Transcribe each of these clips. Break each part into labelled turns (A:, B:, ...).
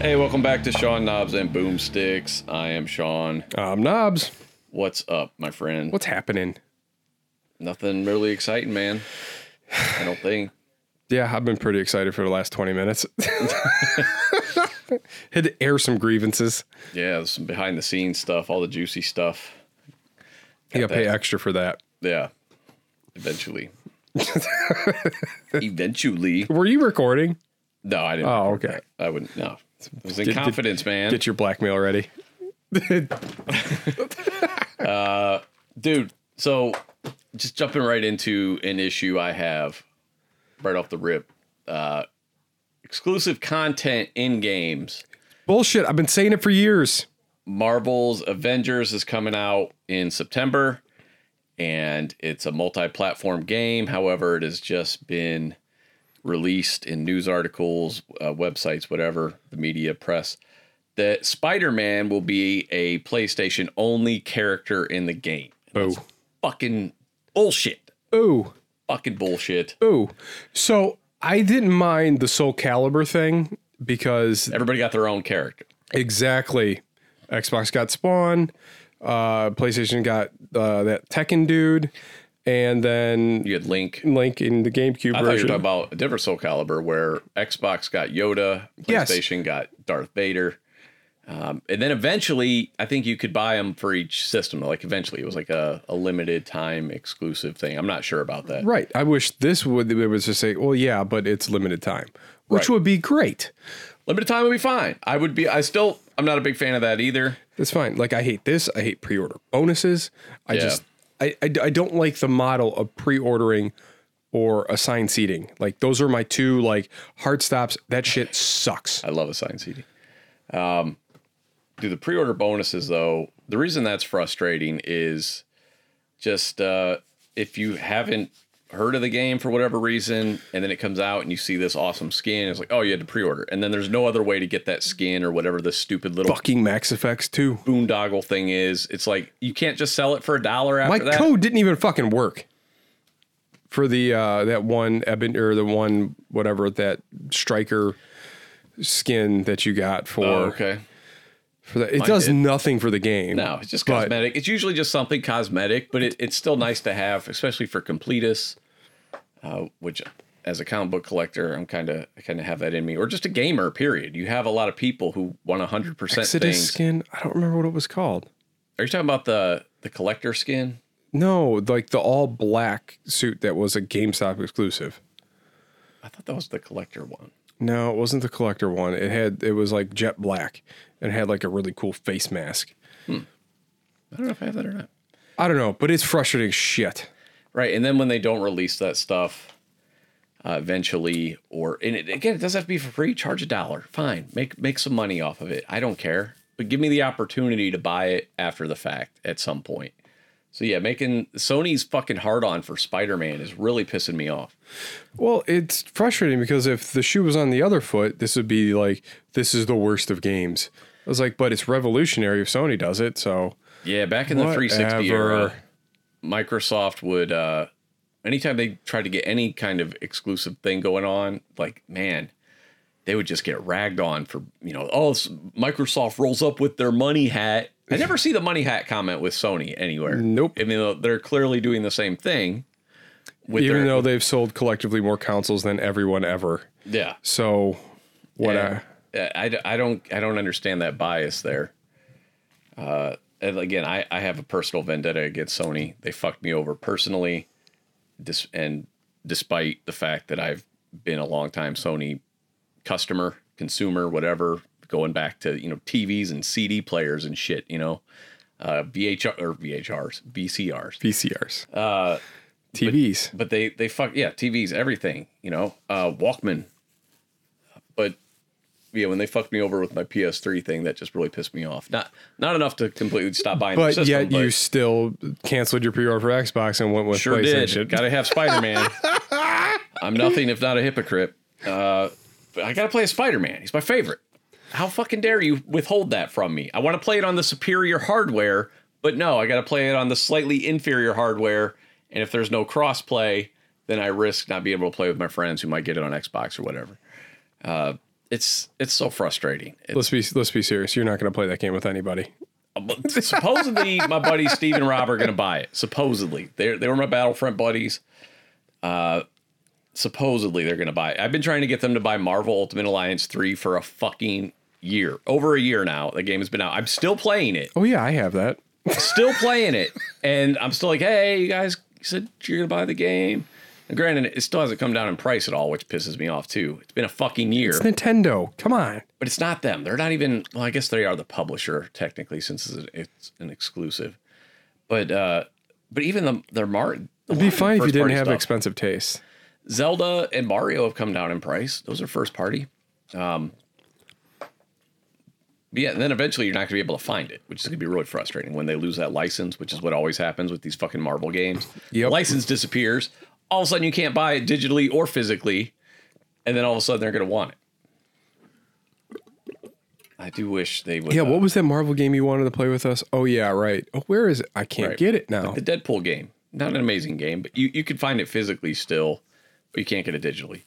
A: Hey, welcome back to Sean Knobs and Boomsticks. I am Sean.
B: Um, Knobs,
A: What's up, my friend?
B: what's happening?
A: Nothing really exciting, man. I don't think.
B: Yeah, I've been pretty excited for the last 20 minutes. Had to air some grievances.
A: Yeah, there's some behind the scenes stuff, all the juicy stuff.
B: You gotta pay
A: that.
B: extra for that.
A: Yeah. Eventually. Eventually.
B: Were you recording?
A: No, I didn't.
B: Oh, okay.
A: I wouldn't. No. It was in
B: Get- get-
A: confidence, man.
B: Get your blackmail ready.
A: Dude, so just jumping right into an issue I have right off the rip. Uh, exclusive content in games.
B: Bullshit. I've been saying it for years.
A: Marvel's Avengers is coming out in September, and it's a multi-platform game. However, it has just been released in news articles, uh, websites, whatever the media press. That Spider-Man will be a PlayStation-only character in the game.
B: Oh.
A: Fucking bullshit.
B: Oh.
A: Fucking bullshit.
B: Oh. So I didn't mind the Soul Calibur thing because
A: Everybody got their own character.
B: exactly Xbox got Spawn, uh, PlayStation got uh, that Tekken dude, and then
A: You had Link.
B: Link in the GameCube
A: I thought you were
B: version.
A: talking about a different Soul Caliber where Xbox got Yoda,
B: Yes.
A: PlayStation got Darth Vader. Um, and then eventually, I think you could buy them for each system. Like eventually, it was like a, a limited time exclusive thing. I'm not sure about that.
B: Right. I wish this would it was just say, well, yeah, but it's limited time, which
A: Right.
B: would be great.
A: Limited time would be fine. I would be. I still. I'm not a big fan of that either.
B: That's fine. Like I hate this. I hate pre-order bonuses. I
A: Yeah.
B: just I, I I don't like the model of pre-ordering or assigned seating. Like those are my two like hard stops. That shit sucks.
A: I love assigned CD. Um, do the pre-order bonuses though? The reason that's frustrating is just uh, if you haven't heard of the game for whatever reason, and then it comes out and you see this awesome skin, it's like, oh, you had to pre-order, and then there's no other way to get that skin or whatever the stupid little
B: Fucking Max Effects too.
A: boondoggle thing is. It's like you can't just sell it for a dollar after
B: My
A: that.
B: code didn't even fucking work for the uh that one ebon or the one whatever that striker skin that you got for
A: Oh, okay.
B: for that. It does
A: did.
B: nothing for the game.
A: No, it's just
B: But-
A: cosmetic. It's usually just something cosmetic, but it, it's still nice to have, especially for completists, uh, which as a comic book collector, I'm kind of I kind of have that in me, or just a gamer. Period. You have a lot of people who want 100 percent
B: Exodus
A: things.
B: skin. I don't remember what it was called.
A: Are you talking about the the collector skin?
B: No, like the all black suit that was a GameStop exclusive.
A: I thought that was the collector one.
B: No, it wasn't the collector one. It had it was like jet black and it had like a really cool face mask.
A: I don't know if I have that or not.
B: I don't know, but it's frustrating as shit.
A: Right, and then when they don't release that stuff. Uh, eventually, or and it, again, it doesn't have to be for free. Charge a dollar, fine. Make make some money off of it. I don't care, but give me the opportunity to buy it after the fact at some point. So yeah, making Sony's fucking hard on for Spider Man is really pissing me off.
B: Well, it's frustrating because if the shoe was on the other foot, this would be like this is the worst of games. I was like, but it's revolutionary if Sony does it. So
A: Yeah, back in the 360 era, Microsoft would uh anytime they tried to get any kind of exclusive thing going on, like man, they would just get ragged on for, you know, oh, s- Microsoft rolls up with their money hat. I never see the money hat comment with Sony anywhere.
B: Nope.
A: I mean, though, they're clearly doing the same thing. With
B: even
A: their,
B: though they've sold collectively more consoles than everyone ever.
A: yeah,
B: So what
A: Yeah.
B: I
A: I, I- I don't I don't understand that bias there. Uh, and again, I, I have a personal vendetta against Sony. They fucked me over personally, dis- and despite the fact that I've been a long time Sony customer, consumer, whatever, going back to you know TVs and CD players and shit, you know, uh, VHR or VHRs, VCRs
B: VCRs. Uh TVs.
A: but they they fuck yeah TVs everything you know uh Walkman but yeah when they fucked me over with my PS3 thing that just really pissed me off not not enough to completely stop buying the
B: But
A: system,
B: yet you
A: but
B: still canceled your pre-order for Xbox and went with
A: sure
B: PlayStation.
A: did gotta have Spider-Man I'm nothing if not a hypocrite uh but I gotta play a Spider-Man he's my favorite how fucking dare you withhold that from me I want to play it on the superior hardware but no I gotta play it on the slightly inferior hardware and if there's no crossplay then I risk not being able to play with my friends who might get it on Xbox or whatever. Uh, it's it's so frustrating. It-
B: Let's be let's be serious. You're not going to play that game with anybody.
A: but supposedly, my buddies Steve and Rob are going to buy it. Supposedly, they they were my Battlefront buddies. Uh, supposedly they're going to buy it. I've been trying to get them to buy Marvel Ultimate Alliance three for a fucking year, over a year now. The game has been out. I'm still playing it.
B: Oh yeah, I have that.
A: still playing it, and I'm still like, hey, you guys said you're gonna buy the game. And granted, it still hasn't come down in price at all, which pisses me off too. It's been a fucking year,
B: It's Nintendo. Come on.
A: but it's not them. They're not even. Well, I guess they are the publisher technically, since it's an, it's an exclusive. But uh, but even the their Martin.
B: It'd be fine if you didn't have expensive taste.
A: Zelda and Mario have come down in price. Those are first party. Um, but yeah, and then eventually you're not going to be able to find it, which is going to be really frustrating when they lose that license, which is what always happens with these fucking Marvel games.
B: Yep.
A: License disappears. All of a sudden you can't buy it digitally or physically, and then all of a sudden they're going to want it. I do wish they would.
B: Yeah,
A: uh,
B: what was that Marvel game you wanted to play with us? Oh yeah, right. Oh, where is it? I can't
A: Right.
B: get it now.
A: the Deadpool game. Not an amazing game, but you, you could find it physically still, but you can't get it digitally.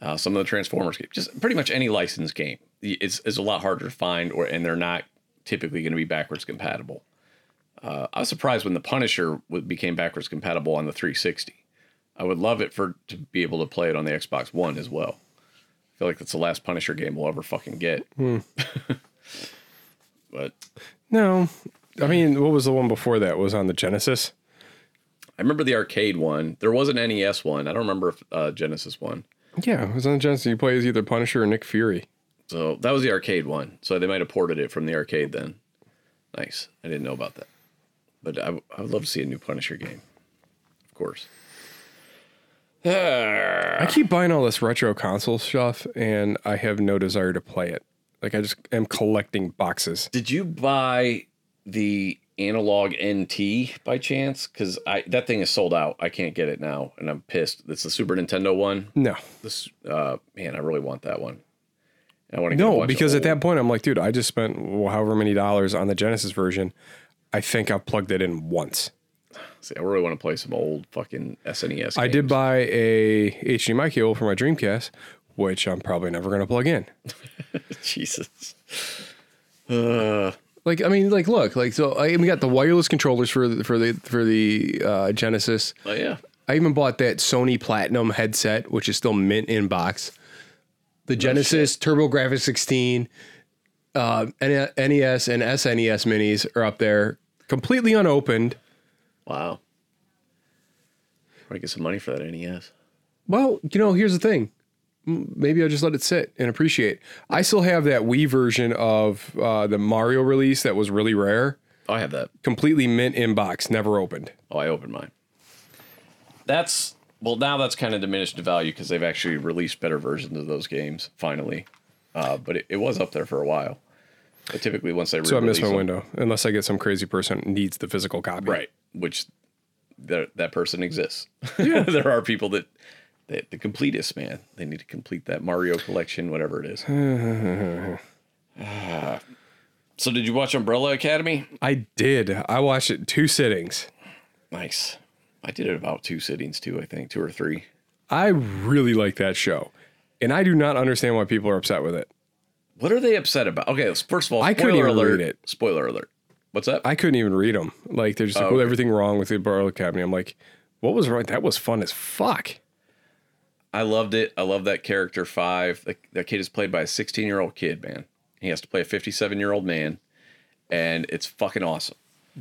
A: Uh, some of the Transformers games, just pretty much any licensed game, y- it's, it's a lot harder to find, or and they're not typically going to be backwards compatible. Uh, I was surprised when the Punisher w- became backwards compatible on the 360. I would love it for to be able to play it on the Xbox One as well. I feel like that's the last Punisher game we'll ever fucking get. but
B: No. I mean, what was the one before that? Was on the Genesis?
A: I remember the arcade one. There was an NES one. I don't remember if uh, Genesis one.
B: Yeah, it was on the Genesis. You play as either Punisher or Nick Fury.
A: So that was the arcade one. So they might have ported it from the arcade then. Nice. I didn't know about that. But I, w- I would love to see a new Punisher game, of course.
B: I keep buying all this retro console stuff and I have no desire to play it. Like I just am collecting boxes.
A: Did you buy the analog NT by chance? Because I that thing is sold out. I can't get it now, and I'm pissed. It's the Super Nintendo one.
B: No.
A: This uh, man, I really want that one. I want to
B: No, because at that point I'm like, dude, I just spent well, however many dollars on the Genesis version. I think I've plugged it in once.
A: See, I really want to play some old fucking SNES. Games.
B: I did buy a HDMI cable for my Dreamcast, which I'm probably never going to plug in.
A: Jesus. Uh,
C: Like I mean, like look, like so I even got the wireless controllers for the, for the for the uh, Genesis.
A: But yeah,
C: I even bought that Sony Platinum headset, which is still mint in box. The Genesis, TurboGrafx 16, uh,
B: E
C: N- NES, and SNES minis are up there.
B: Completely unopened.
A: wow. Probably get some money for that E NES.
C: Well, you know, here's the thing. M- Maybe I'll just let it sit and appreciate.
B: I still have that Wii version of uh, the Mario release that was really rare.
A: Oh, I have that.
B: Completely mint in box, never opened.
A: Oh, I opened mine. That's well, now that's kind of diminished in value because they've actually released better versions of those games finally. Uh, but it, it was up there for a while. But typically, once they
B: So I missed my
A: them-
B: window, unless I get some crazy person who needs the physical copy.
A: right? Which that that person exists. Yeah. there are people that. that The completists, man. They need to complete that Mario collection, whatever it is. Ah. so, did you watch Umbrella Academy?
B: I did. I watched it two sittings.
A: Nice. I did it about two sittings too, I think, two or three.
B: I really like that show, and I do not understand why people are upset with it.
A: What are they upset about? Okay, let's- first of all,
B: I couldn't
A: spoiler
B: even
A: alert.
B: read it.
A: Spoiler alert. What's that?
B: I couldn't even read them. Like they're just like,
A: Oh,
B: well,
A: okay.
B: everything wrong with the Barlow Academy. I'm like, what was wrong? That was fun as fuck.
A: I loved it. I love that character five. That, that kid is played by a 16 year old kid, man. He has to play a 57 year old man, and it's fucking awesome.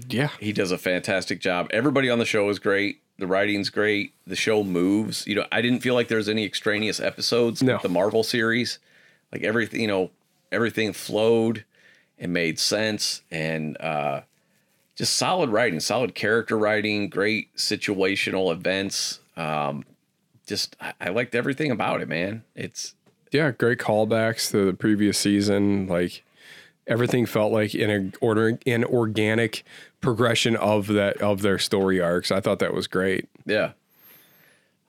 B: Yeah.
A: He does a fantastic job. Everybody on the show is great. The writing's great. The show moves. You know, I didn't feel like there's any extraneous episodes
B: No.
A: with the Marvel series. Like everything, you know, everything flowed and made sense and uh just solid writing, solid character writing, great situational events. Um just I, I liked everything about it, man. It's
B: Yeah, great callbacks to the previous season. Like everything felt like in a order an organic progression of that of their story arcs. I thought that was great.
A: Yeah.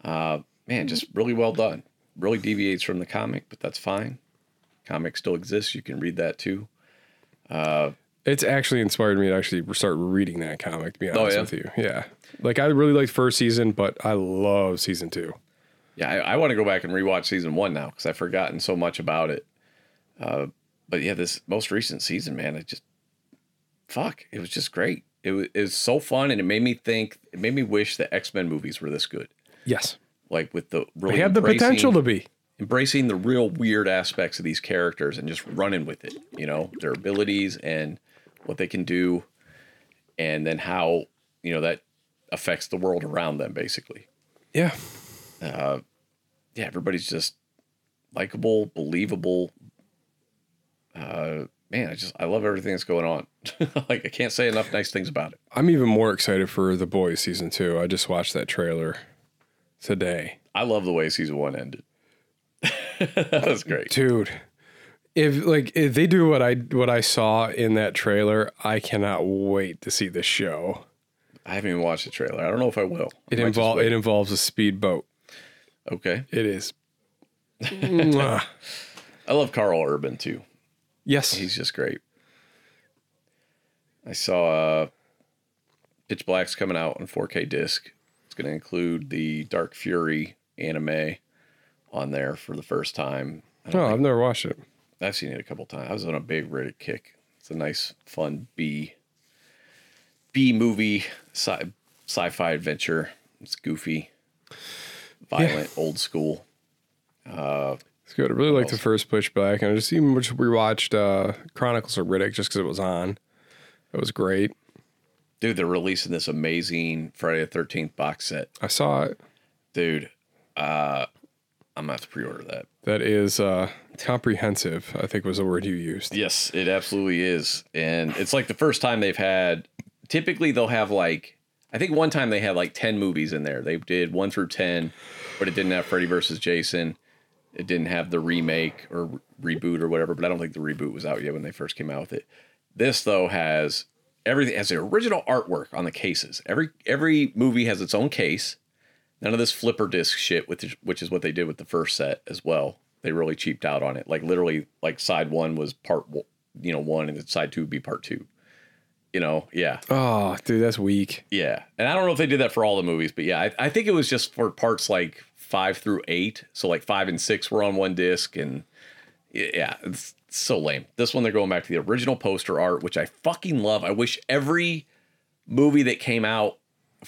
A: Uh, man, just really well done. Really deviates from the comic, but that's fine. Comic still exists. You can read that too.
B: It's actually inspired me to actually start reading that comic. To be honest
A: Oh, yeah?
B: with you, yeah. Like I really liked first season, but I love season two.
A: Yeah, I, I want to go back and rewatch season one now because I've forgotten so much about it. Um, Uh, but yeah, this most recent season, man, it just fuck, it was just great. It was, it was so fun, and it made me think. It made me wish the X Men movies were this good.
B: Yes,
A: Like with the really
B: they have the
A: embracing-
B: potential to be.
A: embracing the real weird aspects of these characters and just running with it, you know, their abilities and what they can do and then how, you know, that affects the world around them basically.
B: Yeah,
A: Yeah, everybody's just likable, believable. Uh man, I just I love everything that's going on. like I can't say enough nice things about it.
B: I'm even more excited for the boys season two. I just watched that trailer today.
A: I love the way season 1 ended. that was great.
B: dude if like if they do what i what i saw in that trailer i cannot wait to see the show
A: I haven't even watched the trailer. I don't know if I will.
B: it
A: I might just
B: involves
A: wait.
B: it involves a speedboat
A: Okay.
B: it is Mwah.
A: I love Carl Urban too.
B: yes
A: He's just great. I saw uh, Pitch Black's coming out on 4K disc. It's going to include the Dark Fury anime on there for the first time. I don't
B: no i've never watched it
A: think- I've seen it a couple times. I was on a big Reddit kick. It's a nice, fun B B movie sci sci-fi adventure. It's goofy, violent, old school.
B: it's good i really like the first pushback and i just even just rewatched uh chronicles of riddick just because it was on it was great
A: Dude, they're releasing this amazing Friday the Thirteenth box set.
B: i saw it
A: dude uh i'm gonna have to pre-order that
B: that is uh comprehensive i think was the word you used
A: yes it absolutely is and it's like the first time they've had typically they'll have like i think one time they had like 10 movies in there they did 1 through 10 but it didn't have freddy versus jason it didn't have the remake or re- reboot or whatever but i don't think the reboot was out yet when they first came out with it this though has everything has the original artwork on the cases every every movie has its own case None of this flipper disc shit, which which is what they did with the first set as well. They really cheaped out on it. Like literally, like side one was part w- you know one, and then side two would be part two. You know, yeah,
B: oh dude that's weak
A: yeah. And I don't know if they did that for all the movies, but yeah, I, I think it was just for parts like five through eight. So like five and six were on one disc, and yeah, it's so lame. This one they're going back to the original poster art, which I fucking love. I wish every movie that came out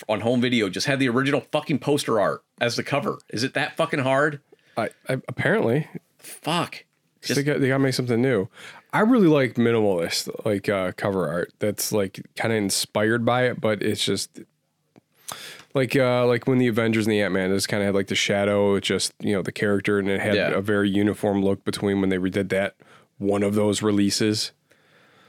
A: on home video just had the original fucking poster art as the cover. Is it that fucking hard?
B: I, I apparently
A: Fuck.
B: they
A: Just,
B: got they got to make something new. I really like minimalist like uh, cover art that's like kind of inspired by it, but it's just like uh, like when the Avengers and the Ant Man just kind of had like the shadow, it just you know the character, and it had
A: Yeah.
B: a very uniform look between when they redid that one of those releases.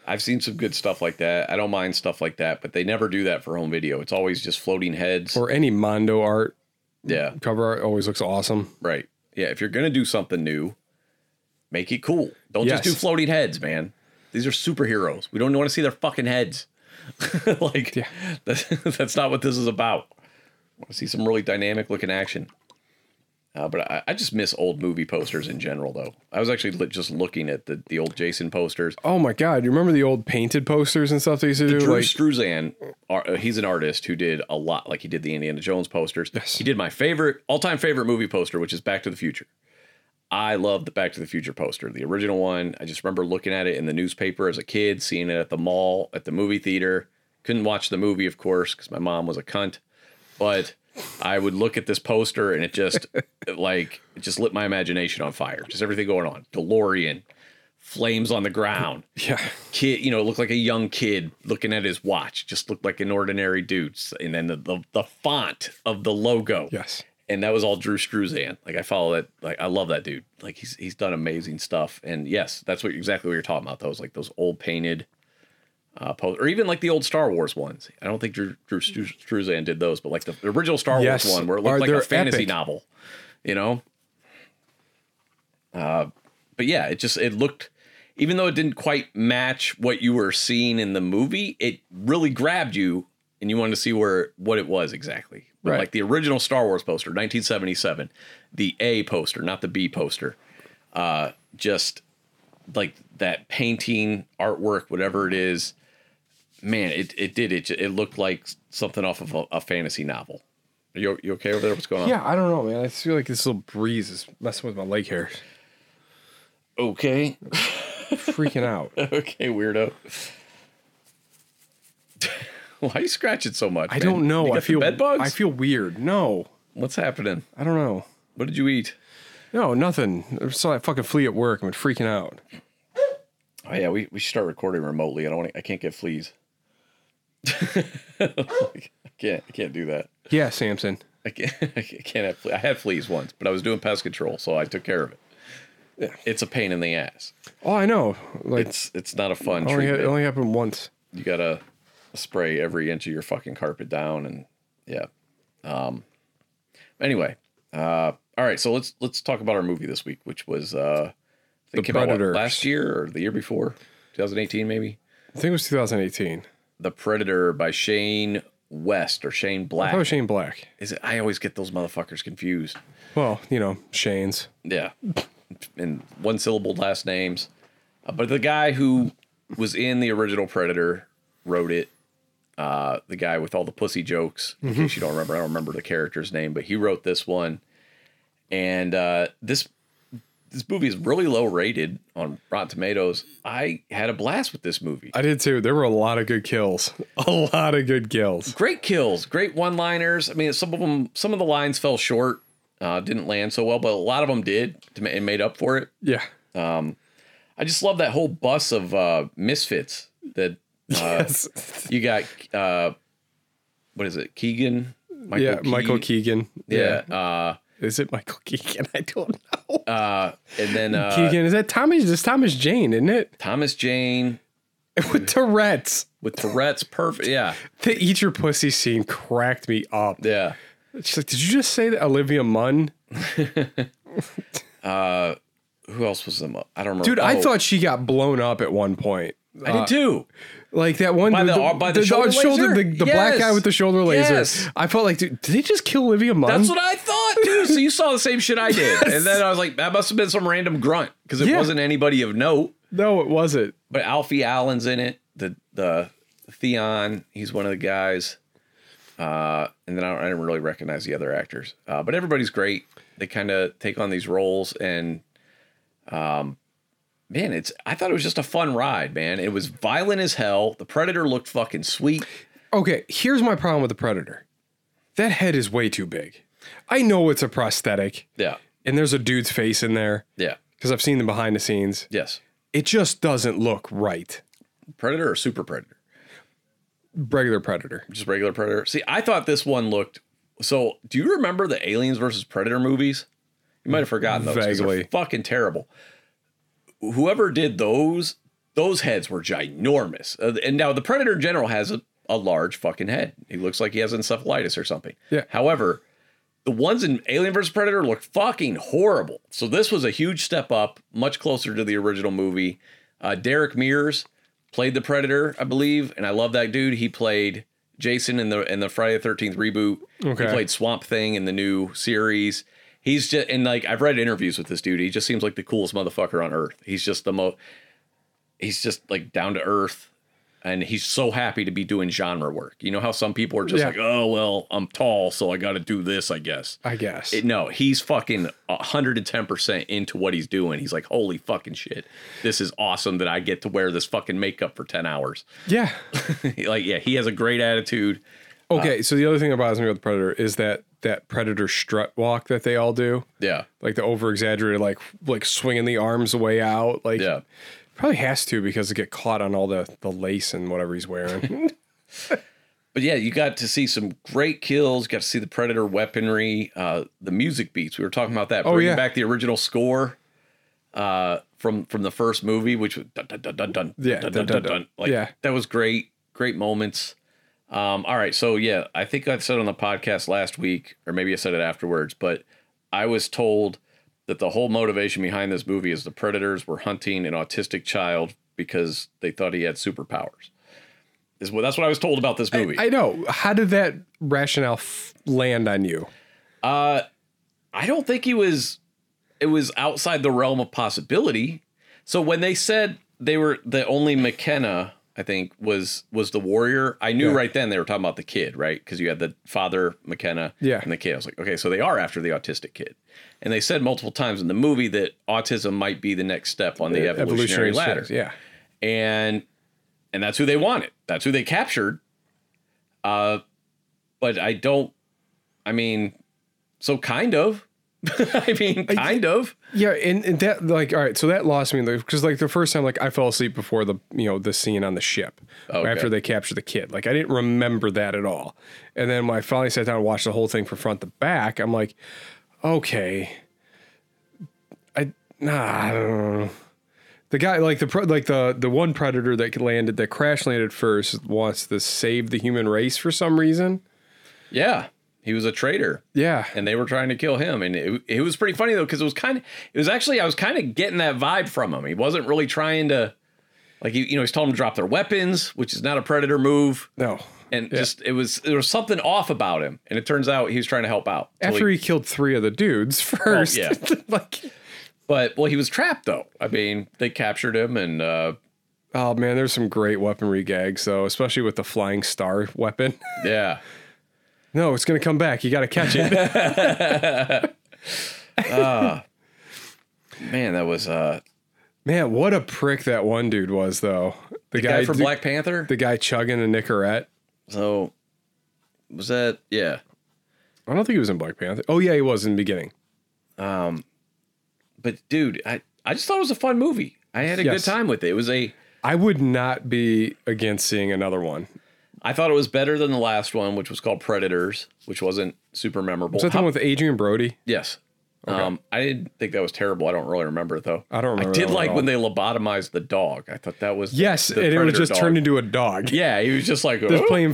A: I've seen some good stuff like that. I don't mind stuff like that, but they never do that for home video. It's always just floating heads.
B: Or any Mondo art
A: yeah.
B: cover art always looks awesome.
A: Right. Yeah. If you're going to do something new, make it cool. Don't just do
B: Yes.
A: floating heads, man. These are superheroes. We don't want to see their fucking heads. like, that's, that's not what this is about. want to see some really dynamic looking action. Uh, but I, I just miss old movie posters in general, though. I was actually li- just looking at the, the old Jason posters.
B: Oh my god, you remember the old painted posters and stuff they used to do?
A: Drew
B: Like
A: Struzan, ar- uh, he's an artist who did a lot. Like he did the Indiana Jones posters. He did my favorite, all-time favorite movie poster, which is Back to the Future. I love the Back to the Future poster, the original one. I just remember looking at it in the newspaper as a kid, seeing it at the mall, at the movie theater. Couldn't watch the movie, of course, because my mom was a cunt. But I would look at this poster, and it just it, like it just lit my imagination on fire. Just everything going on. DeLorean, flames on the ground
B: yeah,
A: kid, you know, looked like a young kid looking at his watch, just looked like an ordinary dude. And then the, the, the font of the logo.
B: yes.
A: And that was all Drew Struzan. Like I follow that. Like I love that dude. Like he's he's done amazing stuff. And yes, that's what exactly what you're talking about. Those like those old painted, uh, post or even like the old Star Wars ones. I don't think Drew, Drew Stru- Struzan did those, but like the original Star
B: Yes.
A: Wars one where it
B: Are-
A: looked like
B: they're
A: a fantasy
B: epic.
A: novel. You know. Uh, but yeah, it just it looked. Even though it didn't quite match what you were seeing in the movie, it really grabbed you, and you wanted to see where what it was exactly. But
B: Right.
A: Like the original Star Wars poster, 1977, the A poster, not the B poster. Uh, just like that painting, artwork, whatever it is. Man, it, it did. It, it looked like something off of a, a fantasy novel. Are you, you okay over there? What's going on?
B: Yeah, I don't know, man. I just feel like this little breeze is messing with my leg hair.
A: Okay.
B: Freaking out.
A: Okay, weirdo. Why are you scratching so much?
B: I don't know. I feel
A: bed bugs.
B: I feel weird. No,
A: What's happening?
B: I don't know.
A: What did you eat?
B: No, nothing. I saw that fucking flea at work. I'm freaking out.
A: Oh yeah, we, we should start recording remotely. I don't. Wanna, I can't get fleas. I can't. I can't do that.
B: Yeah, Samson.
A: I can't. I can't have. Fle- I had fleas once, but I was doing pest control, so I took care of it. It's a pain in the ass.
B: Oh, I know. Like
A: It's it's not a fun
B: only
A: treatment.
B: it only happened once.
A: you gotta spray every inch of your fucking carpet down and yeah um anyway uh all right so let's let's talk about our movie this week which was uh I think
B: The
A: came out, what,
B: Predators.
A: last year or the year before 2018 maybe
B: I think it was 2018.
A: the predator by shane west or shane black
B: Probably Shane Black.
A: is it i always get those motherfuckers confused
B: Well, you know Shane's.
A: yeah and one syllabled last names Uh, but the guy who was in the original predator wrote it uh the guy with all the pussy jokes in case you don't remember i don't remember the character's name but he wrote this one and uh this this movie is really low rated on rotten tomatoes i had a blast with this movie
B: I did too. There were a lot of good kills. A lot of good kills.
A: great kills, great one liners. I mean, some of them, some of the lines fell short, uh, didn't land so well, but a lot of them did to ma- and made up for it.
B: Yeah.
A: I just love that whole bus of uh, misfits that uh,
B: Yes.
A: you got. Uh, what is it, Keegan? Michael
B: yeah. Michael
A: Keeg-
B: Keegan.
A: Yeah, Uh,
B: Is it Michael Keegan? I don't know.
A: uh, and then uh,
B: Keegan. Is that Thomas? It's Thomas Jane, isn't it?
A: Thomas Jane
B: With Tourette's.
A: with Tourette's. Perfect. Yeah,
B: The eat your pussy scene cracked me up.
A: yeah.
B: She's like, did you just say that Olivia Munn?
A: Who else was them? I don't remember.
B: Dude, I
A: Oh, uh,
B: thought she got blown up at one point.
A: I
B: Uh,
A: did too.
B: Like that one
A: By the- by the shoulder laser?
B: the, the black guy
A: Yes.
B: with the shoulder laser.
A: Yes.
B: I felt like, dude, did they just kill Olivia Munn?
A: That's what I thought too. So you saw the same shit I did, and then I was like, that must have been some random grunt because it
B: Yeah.
A: wasn't anybody of note.
B: no, it wasn't.
A: But Alfie Allen's in it. The the Theon, he's one of the guys. Uh, and then I don't, I didn't really recognize the other actors, uh, but everybody's great. They kind of take on these roles, and um, man, it's I thought it was just a fun ride, man. It was violent as hell. The Predator looked fucking sweet.
B: Okay, here's my problem with the Predator. That head is way too big. I know it's a prosthetic,
A: Yeah,
B: and there's a dude's face in there
A: yeah,
B: because I've seen them behind the scenes.
A: yes.
B: It just doesn't look right.
A: Predator or Super Predator.
B: Regular Predator.
A: just regular predator. See, I thought this one looked. So, do you remember the Aliens versus Predator movies? You might have forgotten those. 'cause they're
B: Vaguely.
A: fucking terrible. Whoever did those, those heads were ginormous. Uh, and now the Predator in general has a, a large fucking head. He looks like he has encephalitis or something.
B: Yeah.
A: However, the ones in Alien vs Predator look fucking horrible. So this was a huge step up, much closer to the original movie. Uh, Derek Mears played the Predator, I believe, and I love that dude. He played Jason in the in the Friday the Thirteenth reboot.
B: Okay.
A: He played Swamp Thing in the new series. He's just and like I've read interviews with this dude. He just seems like the coolest motherfucker on earth. He's just the most. He's just like down to earth, and he's so happy to be doing genre work. You know how some people are just
B: Yeah.
A: like, oh well, I'm tall, so I got to do this, I guess.
B: I guess.
A: It- no, he's fucking 110% into what he's doing. He's like, holy fucking shit. This is awesome that I get to wear this fucking makeup for 10 hours.
B: yeah.
A: like, yeah, he has a great attitude.
B: Okay, so the other thing that bothers me with the Predator is that that Predator strut walk that they all do,
A: Yeah.
B: like the over exaggerated, like like swinging the arms way out, like
A: Yeah.
B: probably has to because they get caught on all the the lace and whatever he's wearing.
A: But yeah, you got to see some great kills. Got to see the Predator weaponry, uh, the music beats. We were talking about that.
B: Oh,
A: Bringing
B: yeah.
A: back the original score uh, from from the first movie, which was dun dun dun dun dun
B: Yeah,
A: dun
B: dun,
A: dun
B: dun,
A: dun.
B: dun.
A: dun. Like,
B: Yeah.
A: that was great. Great moments. Um, all right, so yeah, I think I said on the podcast last week, or maybe I said it afterwards, but I was told that the whole motivation behind this movie is the predators were hunting an autistic child because they thought he had superpowers. Is what that's what I was told about this movie.
B: I know. How did that rationale f- land on you?
A: Uh, I don't think he was it was outside the realm of possibility. So when they said they were the only McKenna I think was was the warrior. I knew right then they were talking about the kid, right? Because you had the father McKenna,
B: Yeah.
A: and the kid. I was like, okay, so they are after the autistic kid. And they said multiple times in the movie that autism might be the next step on the, evolutionary, ladder
B: Uh, steps, Yeah.
A: and and that's who they wanted. That's who they captured. Uh, but I don't. I mean, so kind of. I mean, kind of.
B: Yeah, and, and that like all right, so that lost me because like the first time like I fell asleep before the you know the scene on the ship
A: Okay.
B: after they captured the kid. Like I didn't remember that at all. And then when I finally sat down and watched the whole thing from front to back, I'm like, okay, I nah, I don't know. The guy like the pro, like the the one predator that landed that crash landed first wants to save the human race for some reason.
A: Yeah, he was a traitor,
B: Yeah,
A: and they were trying to kill him. And it, it was pretty funny though, because it was kind of. It was actually I was kind of getting that vibe from him. He wasn't really trying to, like you, you know, he's telling them to drop their weapons, which is not a predator move.
B: no.
A: And just it was there was something off about him, and it turns out he was trying to help out. Till he-
B: After he killed three of the dudes first,
A: yeah.
B: like.
A: But well, he was trapped though. I mean, they captured him, and uh,
B: Oh man, there's some great weaponry gags though, especially with the flying star weapon.
A: yeah,
B: no, it's gonna come back. You gotta catch it.
A: man, that was uh,
B: man, what a prick that one dude was though. The,
A: guy from
B: du-
A: Black Panther.
B: the guy chugging a Nicorette.
A: so was that? Yeah,
B: I don't think he was in Black Panther. Oh yeah, he was in the beginning.
A: but dude, I I just thought it was a fun movie. I had a
B: Yes.
A: good time with it. It was a.
B: I would not be against seeing another one.
A: I thought it was better than the last one, which was called Predators, which wasn't super memorable.
B: Is that the
A: How-
B: one with Adrian Brody?
A: yes. Um, I didn't think that was terrible. I don't really remember it though.
B: I don't remember
A: I
B: that
A: did
B: one at
A: like when they
B: all.
A: lobotomized the dog. I thought that was
B: Yes,
A: the
B: and it was
A: Predator
B: just
A: dog.
B: turned into a dog.
A: Yeah, he was just like
B: Just
A: "Oh."
B: playing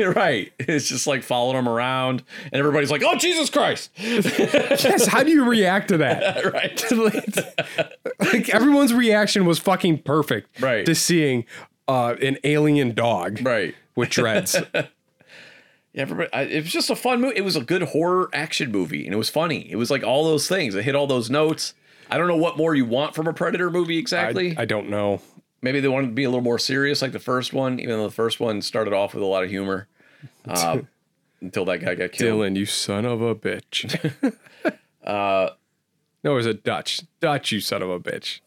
A: right. It's just like following him around, and everybody's like, "Oh Jesus Christ!"
B: yes, how do you react to that?
A: right?
B: Like everyone's reaction was fucking perfect.
A: Right.
B: To seeing uh, an alien dog
A: right.
B: with dreads.
A: Yeah, everybody. I, it was just a fun movie. It was a good horror action movie, and it was funny. It was like all those things. It hit all those notes. I don't know what more you want from a Predator movie exactly.
B: I, I don't know.
A: Maybe they wanted to be a little more serious, like the first one. Even though the first one started off with a lot of humor, uh, until that guy got killed.
B: Dylan, you son of a bitch. Uh, no, it was a Dutch. Dutch, you son of a bitch.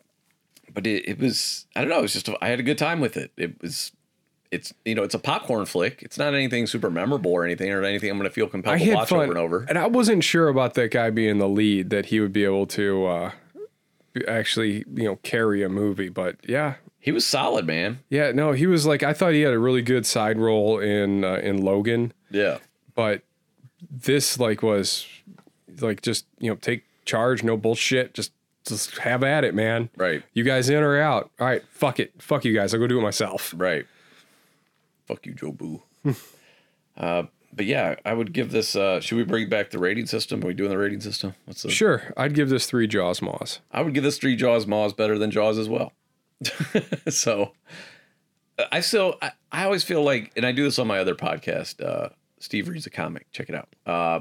A: But it, it was. I don't know. It was just. a- I had a good time with it. It was. It's you know it's a popcorn flick. It's not anything super memorable or anything or anything I'm going to feel compelled
B: I
A: to
B: had
A: watch
B: fun.
A: over and over.
B: And I wasn't sure about that guy being the lead that he would be able to uh, be- actually, you know, carry a movie. But yeah.
A: He was solid, man.
B: Yeah, no, he was like I thought he had a really good side role in uh, in Logan,
A: Yeah.
B: but this like was like just, you know, take charge, no bullshit, just just have at it, man.
A: Right.
B: You guys in or out? All right, fuck it. Fuck you guys. I'll go do it myself.
A: Right. Fuck you, Joe Boo. uh, but yeah, I would give this. Uh, should we bring back the rating system? Are we doing the rating system? What's the?
B: Sure, I'd give this three Jaws Maws.
A: I would give this three Jaws Maws better than Jaws as well. so I still, I, I always feel like, and I do this on my other podcast, uh, Steve Reads a Comic. Check it out. Uh,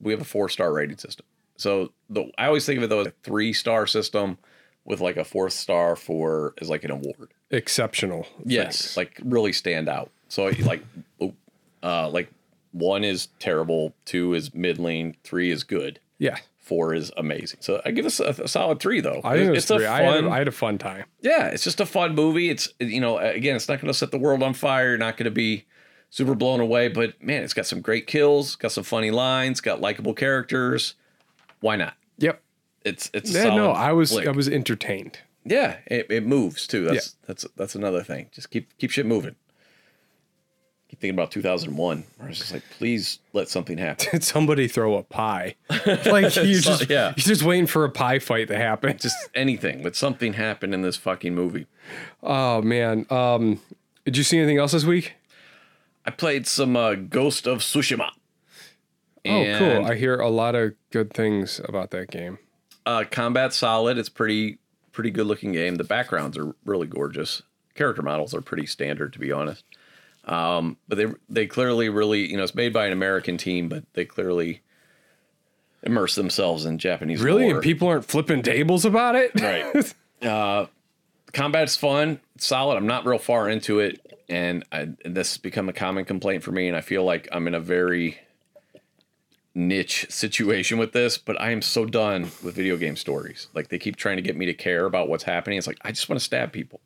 A: we have a four star rating system. So the, I always think of it though as a three star system with like a fourth star for as like an award.
B: Exceptional.
A: Yes, like really stand out. So like, oh, uh, like one is terrible, two is middling, three is good,
B: Yeah,
A: four is amazing. So I give this a, a solid three though.
B: I think it was
A: it's
B: three.
A: a
B: I, had
A: fun,
B: a, I had a fun time.
A: yeah, it's just a fun movie. It's you know, again, it's not going to set the world on fire. You're not going to be super blown away, but man, it's got some great kills, got some funny lines, got likable characters. Why not?
B: Yep.
A: It's it's a
B: Yeah, no,
A: solid
B: I was
A: flick.
B: I was entertained.
A: Yeah, it, it moves too. That's that's that's another thing. Just keep keep shit moving. Keep thinking about 2001, where I was just like, please let something happen.
B: Did somebody throw a pie? Like you
A: So-
B: just
A: yeah.
B: you're just waiting for a pie fight to happen.
A: just anything. Let something happen in this fucking movie.
B: Oh man. Um, did you see anything else this week?
A: I played some uh, Ghost of Tsushima.
B: oh, cool. I hear a lot of good things about that game.
A: uh, combat solid. It's pretty pretty good looking game. The backgrounds are really gorgeous. Character models are pretty standard, to be honest. Um, but they they clearly really you know it's made by an American team, but they clearly immerse themselves in Japanese.
B: Really?
A: lore.
B: And people aren't flipping tables about it?
A: right? uh, combat's fun. solid. I'm not real far into it, and I, this has become a common complaint for me. And I feel like I'm in a very niche situation with this, but I am so done with video game stories. Like they keep trying to get me to care about what's happening. It's like I just want to stab people.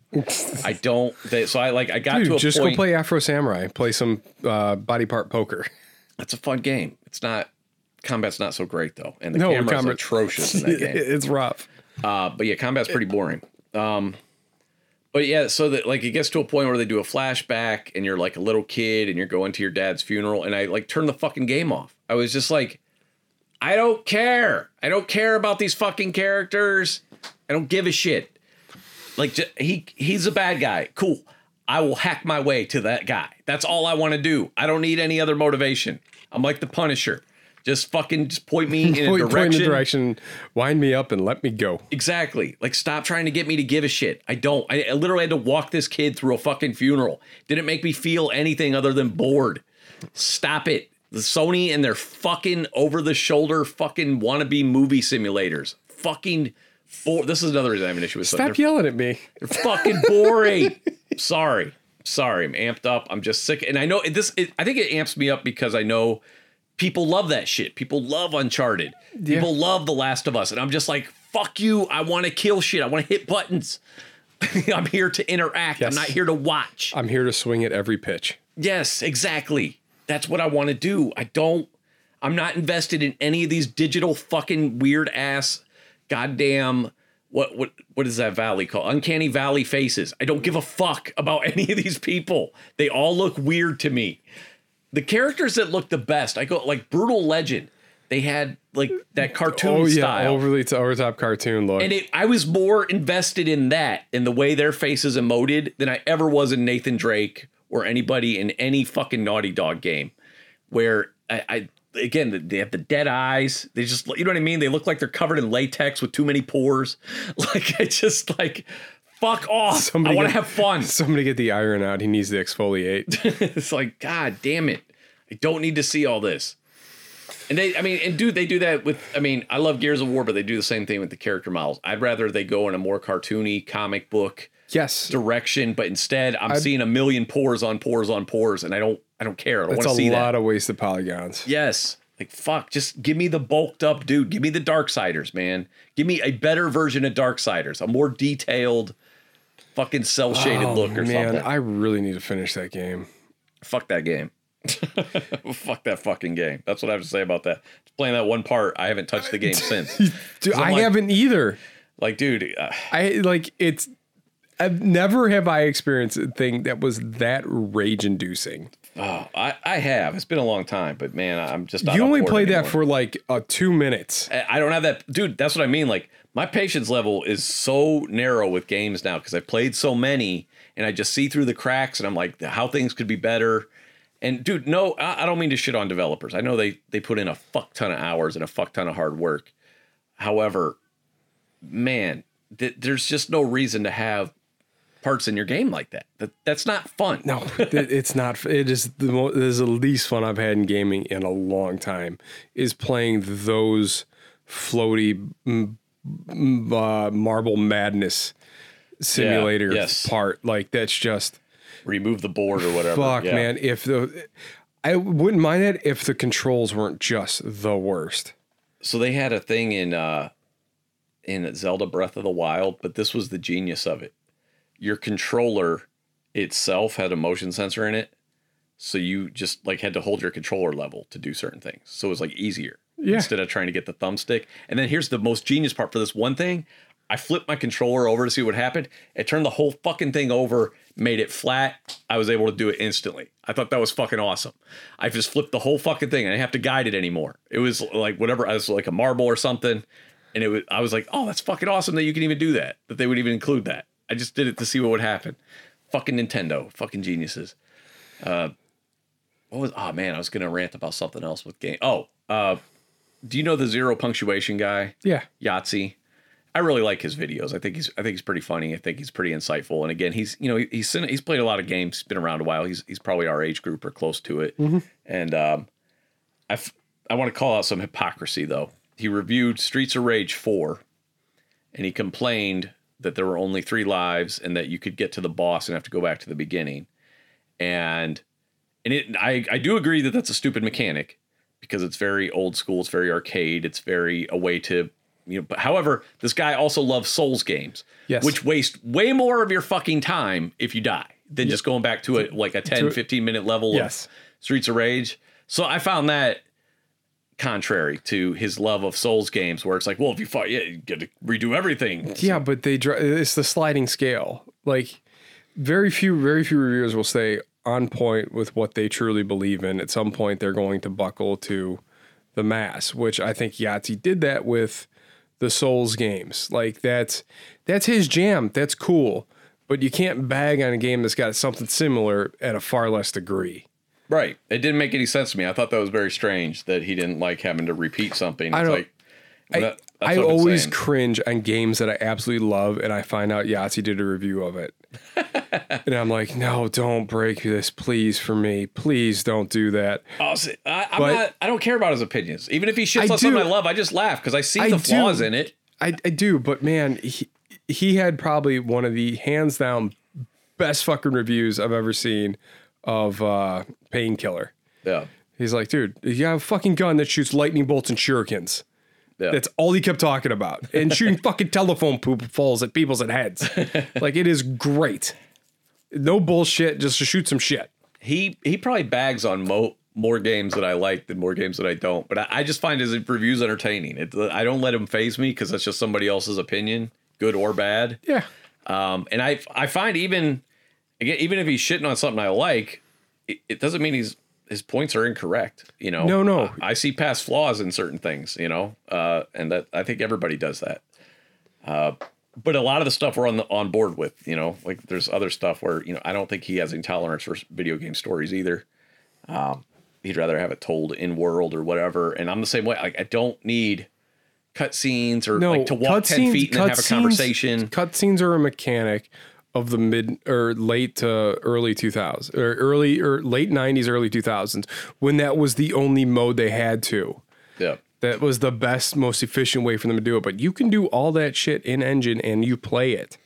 A: I don't. They, so I like I got to a
B: Dude, just
A: point.
B: go play Afro Samurai. Play some uh, body part poker.
A: It's a fun game. It's not combat's not so great though, and the
B: No,
A: camera's
B: combat-
A: atrocious in that game.
B: it's rough.
A: Uh, but yeah, combat's pretty boring. Um, but yeah, so that like it gets to a point where they do a flashback and you're like a little kid and you're going to your dad's funeral and I like turn the fucking game off. I was just like, I don't care. I don't care about these fucking characters. I don't give a shit. Like ju- he he's a bad guy. Cool. I will hack my way to that guy. That's all I want to do. I don't need any other motivation. I'm like the Punisher. Just fucking just point me in a
B: Point, point in the
A: direction.
B: direction, wind me up, and let me go.
A: Exactly. Like, stop trying to get me to give a shit. I don't. I, I literally had to walk this kid through a fucking funeral. Didn't make me feel anything other than bored. Stop it. The Sony and their fucking over the shoulder fucking wannabe movie simulators. Fucking. Bo- this is another reason I have an issue with stuff.
B: Stop yelling at me.
A: They're fucking boring. Sorry. Sorry. I'm amped up. I'm just sick. And I know this, it, I think it amps me up because I know people love that shit. People love Uncharted. People love The Last of Us. And I'm just like, fuck you. I want to kill shit. I want to hit buttons. I'm here to interact. I'm
B: Yes.
A: not here to watch.
B: I'm here to swing at every pitch.
A: Yes, exactly. That's what I want to do. I don't, I'm not invested in any of these digital fucking weird ass goddamn. What, what what is that valley called? Uncanny Valley faces. I don't give a fuck about any of these people. They all look weird to me. The characters that look the best, I go like brutal legend. They had like that cartoon
B: Oh yeah,
A: style.
B: overly to over top cartoon look.
A: And it, I was more invested in that, in the way their faces emoted, than I ever was in Nathan Drake or anybody in any fucking Naughty Dog game. Where I, I again, they have the dead eyes. They just, you know what I mean? They look like they're covered in latex with too many pores. Like, I just like, fuck off.
B: Somebody
A: I want to
B: get-
A: have fun.
B: Somebody get the iron out. He needs to exfoliate.
A: it's like, God damn it. I don't need to see all this. And they, I mean, and dude, they do that with, I mean, I love Gears of War, but they do the same thing with the character models. I'd rather they go in a more cartoony comic book
B: yes,
A: direction, but instead I'm seeing a million pores on pores on pores, and I don't, I don't care. I don't
B: it's
A: want
B: a
A: to see
B: lot
A: that.
B: of wasted polygons.
A: yes. Like, fuck, just give me the bulked up dude. Give me the Darksiders, man. Give me a better version of Darksiders, a more detailed, fucking cell shaded
B: Oh,
A: look or
B: man,
A: something.
B: I really need to finish that game.
A: fuck that game. fuck that fucking game. That's what I have to say about that. Playing that one part, I haven't touched the game since.
B: Dude, I
A: like-
B: haven't either.
A: Like, dude, uh,
B: I like it's. I've never have I experienced a thing that was that rage inducing.
A: oh, I, I have. It's been a long time, but man, I- I'm just. Not
B: You
A: up
B: only
A: for it
B: played that
A: anymore.
B: for like uh, two minutes.
A: I I don't have that, dude. That's what I mean. Like, my patience level is so narrow with games now because I played so many, and I just see through the cracks, and I'm like, how things could be better. And dude, no, I, I don't mean to shit on developers. I know they they put in a fuck ton of hours and a fuck ton of hard work. However, man, th- there's just no reason to have parts in your game like that. that that's not fun.
B: No, it- it's not. It is the mo- it is the least fun I've had in gaming in a long time. Is playing those floaty m- m- uh, marble madness simulator
A: yes.
B: part. Like that's just
A: Remove the board or whatever.
B: fuck,
A: Yeah.
B: man. If the I wouldn't mind it if the controls weren't just the worst.
A: so they had a thing in uh in Zelda Breath of the Wild, but this was the genius of it. Your controller itself had a motion sensor in it, so you just like had to hold your controller level to do certain things. So it was like easier
B: Yeah.
A: instead of trying to get the thumbstick. And then here's the most genius part for this one thing. I flipped my controller over to see what happened. It turned the whole fucking thing over, made it flat. I was able to do it instantly. I thought that was fucking awesome. I just flipped the whole fucking thing. I didn't have to guide it anymore. It was like whatever. I was like a marble or something, and it was. I was like, oh, that's fucking awesome that you can even do that. That they would even include that. I just did it to see what would happen. Fucking Nintendo, fucking geniuses Uh, what was oh man i was gonna rant about something else with game oh uh do you know the zero punctuation guy
B: Yeah,
A: yahtzee i really like his videos i think he's i think he's pretty funny i think he's pretty insightful and again he's you know he, he's seen- he's played a lot of games he's been around a while he's he's probably our age group or close to it and um i f- i want to call out some hypocrisy though he reviewed streets of rage 4 and he complained that there were only three lives and that you could get to the boss and have to go back to the beginning. And and it, I I do agree that that's a stupid mechanic because it's very old school, it's very arcade, it's very a way to you know. But however, this guy also loves Souls games,
B: Yes.
A: which waste way more of your fucking time if you die than just going back to a like a 10, 15 minute level
B: Yes.
A: of Streets of Rage. So I found that contrary to his love of Souls games, where it's like, well, if you fight, yeah, you got to redo everything.
B: Yeah, but they dri- it's the sliding scale. Like very few very few reviewers will stay on point with what they truly believe in. At some point they're going to buckle to the mass, which I think Yahtzee did that with the Souls games. Like that's that's his jam. That's cool. But you can't bag on a game that's got something similar at a far less degree.
A: Right. It didn't make any sense to me. I thought that was very strange that he didn't like having to repeat something. It's
B: don't-
A: like that- that's
B: I
A: what I'm
B: always
A: saying.
B: cringe on games that I absolutely love, and I find out Yahtzee did a review of it, and I'm like, "No, don't break this, please, for me, please, don't do that."
A: I'll say- I, I'm
B: But-
A: not, I don't care about his opinions. Even if he shits
B: I
A: on something
B: do-
A: I love, I just laugh because I see
B: I
A: the
B: do.
A: flaws in it.
B: I, I do, but man, he, he had probably one of the hands down best fucking reviews I've ever seen of uh, Painkiller.
A: Yeah.
B: He's like, dude, you have a fucking gun that shoots lightning bolts and shurikens.
A: Yeah.
B: That's all he kept talking about. And shooting fucking telephone poop falls at people's at heads. like it is great. No bullshit, just to shoot some shit.
A: he he probably bags on mo- more games that I like than more games that I don't. But I, I just find his reviews entertaining. It, I don't let him phase me because that's just somebody else's opinion, good or bad.
B: Yeah.
A: Um, and I I find even again even if he's shitting on something I like, it, it doesn't mean he's his points are incorrect. You know,
B: No, no.
A: I, I see past flaws in certain things. You know, uh, and that I think everybody does that. Uh, but a lot of the stuff we're on the, on board with. You know, like there's other stuff where you know I don't think he has intolerance for s- video game stories either. Um, he'd rather have it told in world or whatever. And I'm the same way. Like I don't need cutscenes or
B: No,
A: like to walk ten
B: cutscenes-
A: feet and then have a
B: cutscenes-
A: conversation.
B: Cutscenes are a mechanic of the mid or late to early 2000s or early or late 90s, early 2000s when that was the only mode they had to.
A: Yeah.
B: That was the best, most efficient way for them to do it. But you can do all that shit in engine and you play it.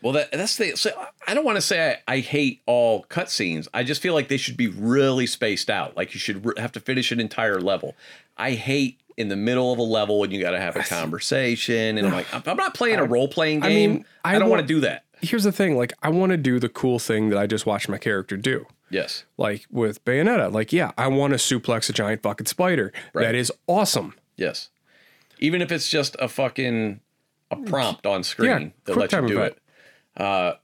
A: Well, that, that's the. So I don't want to say I, I hate all cutscenes. I just feel like they should be really spaced out. Like you should re- have to finish an entire level. I hate in the middle of a level when you got to have a conversation. And I'm like, I'm, I'm not playing a role playing
B: I mean,
A: game. I,
B: I
A: don't
B: wa-
A: want to do that.
B: Here's the thing, like I want to do the cool thing that I just watched my character do.
A: Yes.
B: Like with Bayonetta, like yeah, I want to suplex a giant fucking spider. That is awesome.
A: Yes. Even if it's just a fucking a prompt on screen
B: Yeah,
A: that
B: quick
A: lets you
B: time
A: do
B: event.
A: it. Uh,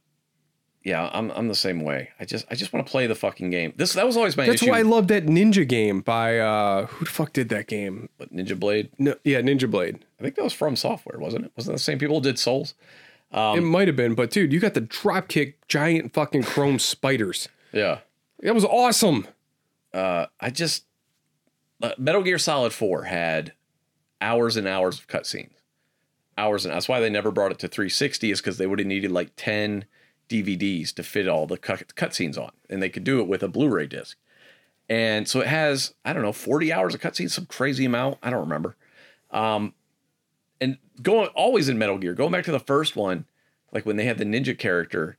A: yeah, I'm I'm the same way. I just I just want to play the fucking game. This that was always my
B: That's
A: issue.
B: why I love that ninja game by uh who the fuck did that game?
A: with Ninja Blade.
B: No, yeah, Ninja Blade.
A: I think that was from software, wasn't it? Wasn't that the same people who did Souls?
B: it might have been, but dude, you got the dropkick giant fucking chrome spiders.
A: Yeah.
B: That was awesome.
A: Uh, I just uh, Metal Gear Solid Four had hours and hours of cutscenes, hours and that's why they never brought it to 360 is because they would have needed like 10 DVDs to fit all the cut cutscenes on, and they could do it with a Blu-ray disc. And so it has I don't know 40 hours of cutscenes, some crazy amount. I don't remember. Um, and going always in Metal Gear, going back to the first one, like when they had the ninja character,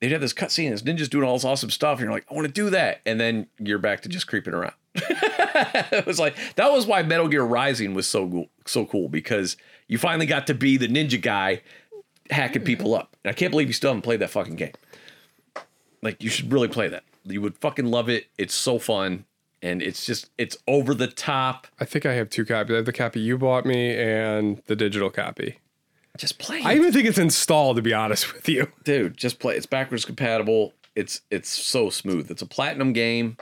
A: they'd have this cutscene, this ninja's doing all this awesome stuff, and you're like, I want to do that, and then you're back to just creeping around. it was like that was why Metal Gear Rising was so cool, so cool because you finally got to be the ninja guy hacking people up. And I can't believe you still haven't played that fucking game. Like you should really play that. You would fucking love it. It's so fun. And it's just it's over the top.
B: I think I have two copies. I have the copy you bought me and the digital copy.
A: Just play. it.
B: I even think it's installed to be honest with you.
A: dude, just play. It's backwards compatible. It's it's so smooth. It's a platinum game,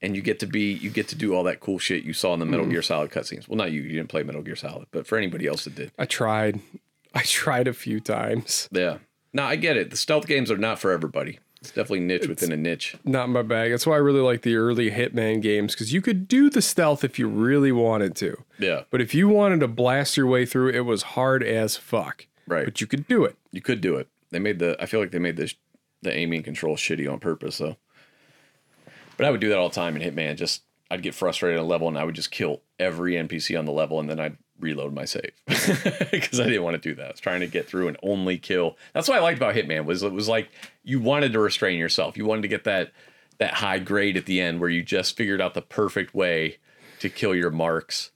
A: and you get to be you get to do all that cool shit you saw in the Metal Gear Solid cutscenes. Well, not you. You didn't play Metal Gear Solid, but for anybody else that did,
B: I tried. I tried a few times.
A: yeah. No, I get it. The stealth games are not for everybody. It's definitely niche within a niche.
B: Not in my bag. That's why I really like the early Hitman games because you could do the stealth if you really wanted to.
A: Yeah,
B: But if you wanted to blast your way through, it was hard as fuck.
A: Right.
B: But you could do it.
A: you could do it. They made the. I feel like they made the the aiming control shitty on purpose, though. But I would do that all the time in Hitman. Just I'd get frustrated at a level, and I would just kill every NPC on the level, and then I'd reload my save because I didn't want to do that. I was trying to get through and only kill. That's what I liked about Hitman was it was like you wanted to restrain yourself. You wanted to get that that high grade at the end where you just figured out the perfect way to kill your marks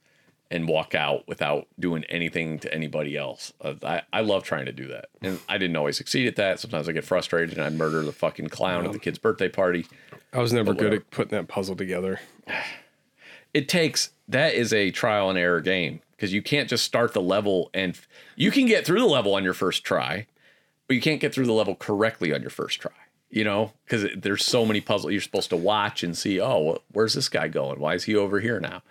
A: and walk out without doing anything to anybody else. Uh, I, I love trying to do that. And I didn't always succeed at that. Sometimes I get frustrated and I murder the fucking clown at the kid's birthday party.
B: I was never good at putting that puzzle together.
A: it takes that is a trial and error game because you can't just start the level and f- you can get through the level on your first try, but you can't get through the level correctly on your first try. You know, because there's so many puzzles you're supposed to watch and see. Oh, well, where's this guy going? Why is he over here now?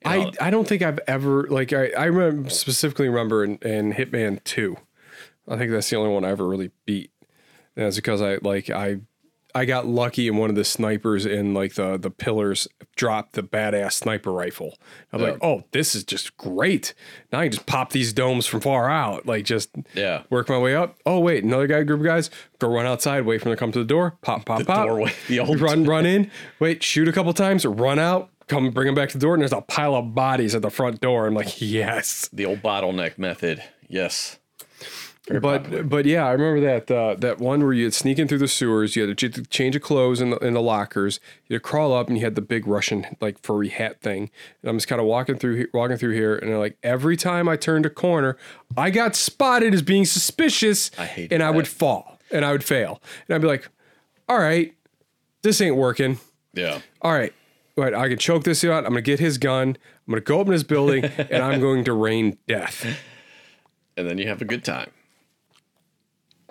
A: And all-
B: I, I don't think I've ever like I, I remember specifically remember in, in Hitman two. I think that's the only one I ever really beat. And that's because I like I I got lucky and one of the snipers in like the the pillars dropped the badass sniper rifle. I'm like, oh, this is just great. Now I can just pop these domes from far out. Like just
A: Yeah.
B: work my way up. Oh wait, another guy, group of guys, go run outside, wait for them to come to the door, pop, pop, pop.
A: doorway, the old-
B: run, run in, wait, shoot a couple times, run out, come bring them back to the door, and there's a pile of bodies at the front door. I'm like, yes.
A: the old bottleneck method. Yes.
B: but but yeah, I remember that uh, that one where you had sneak in through the sewers, you had to ch- change of clothes in the, in the lockers, you had to crawl up, and you had the big Russian like furry hat thing. And I'm just kind of walking through he- walking through here, and like every time I turned a corner, I got spotted as being suspicious, I
A: hated
B: and I would
A: that.
B: fall and I would fail, and I'd be like, all right, this ain't working
A: Yeah.
B: all right, all right, I can choke this out. I'm gonna get his gun. I'm gonna go up in his building, and I'm going to rain death.
A: and then you have a good time.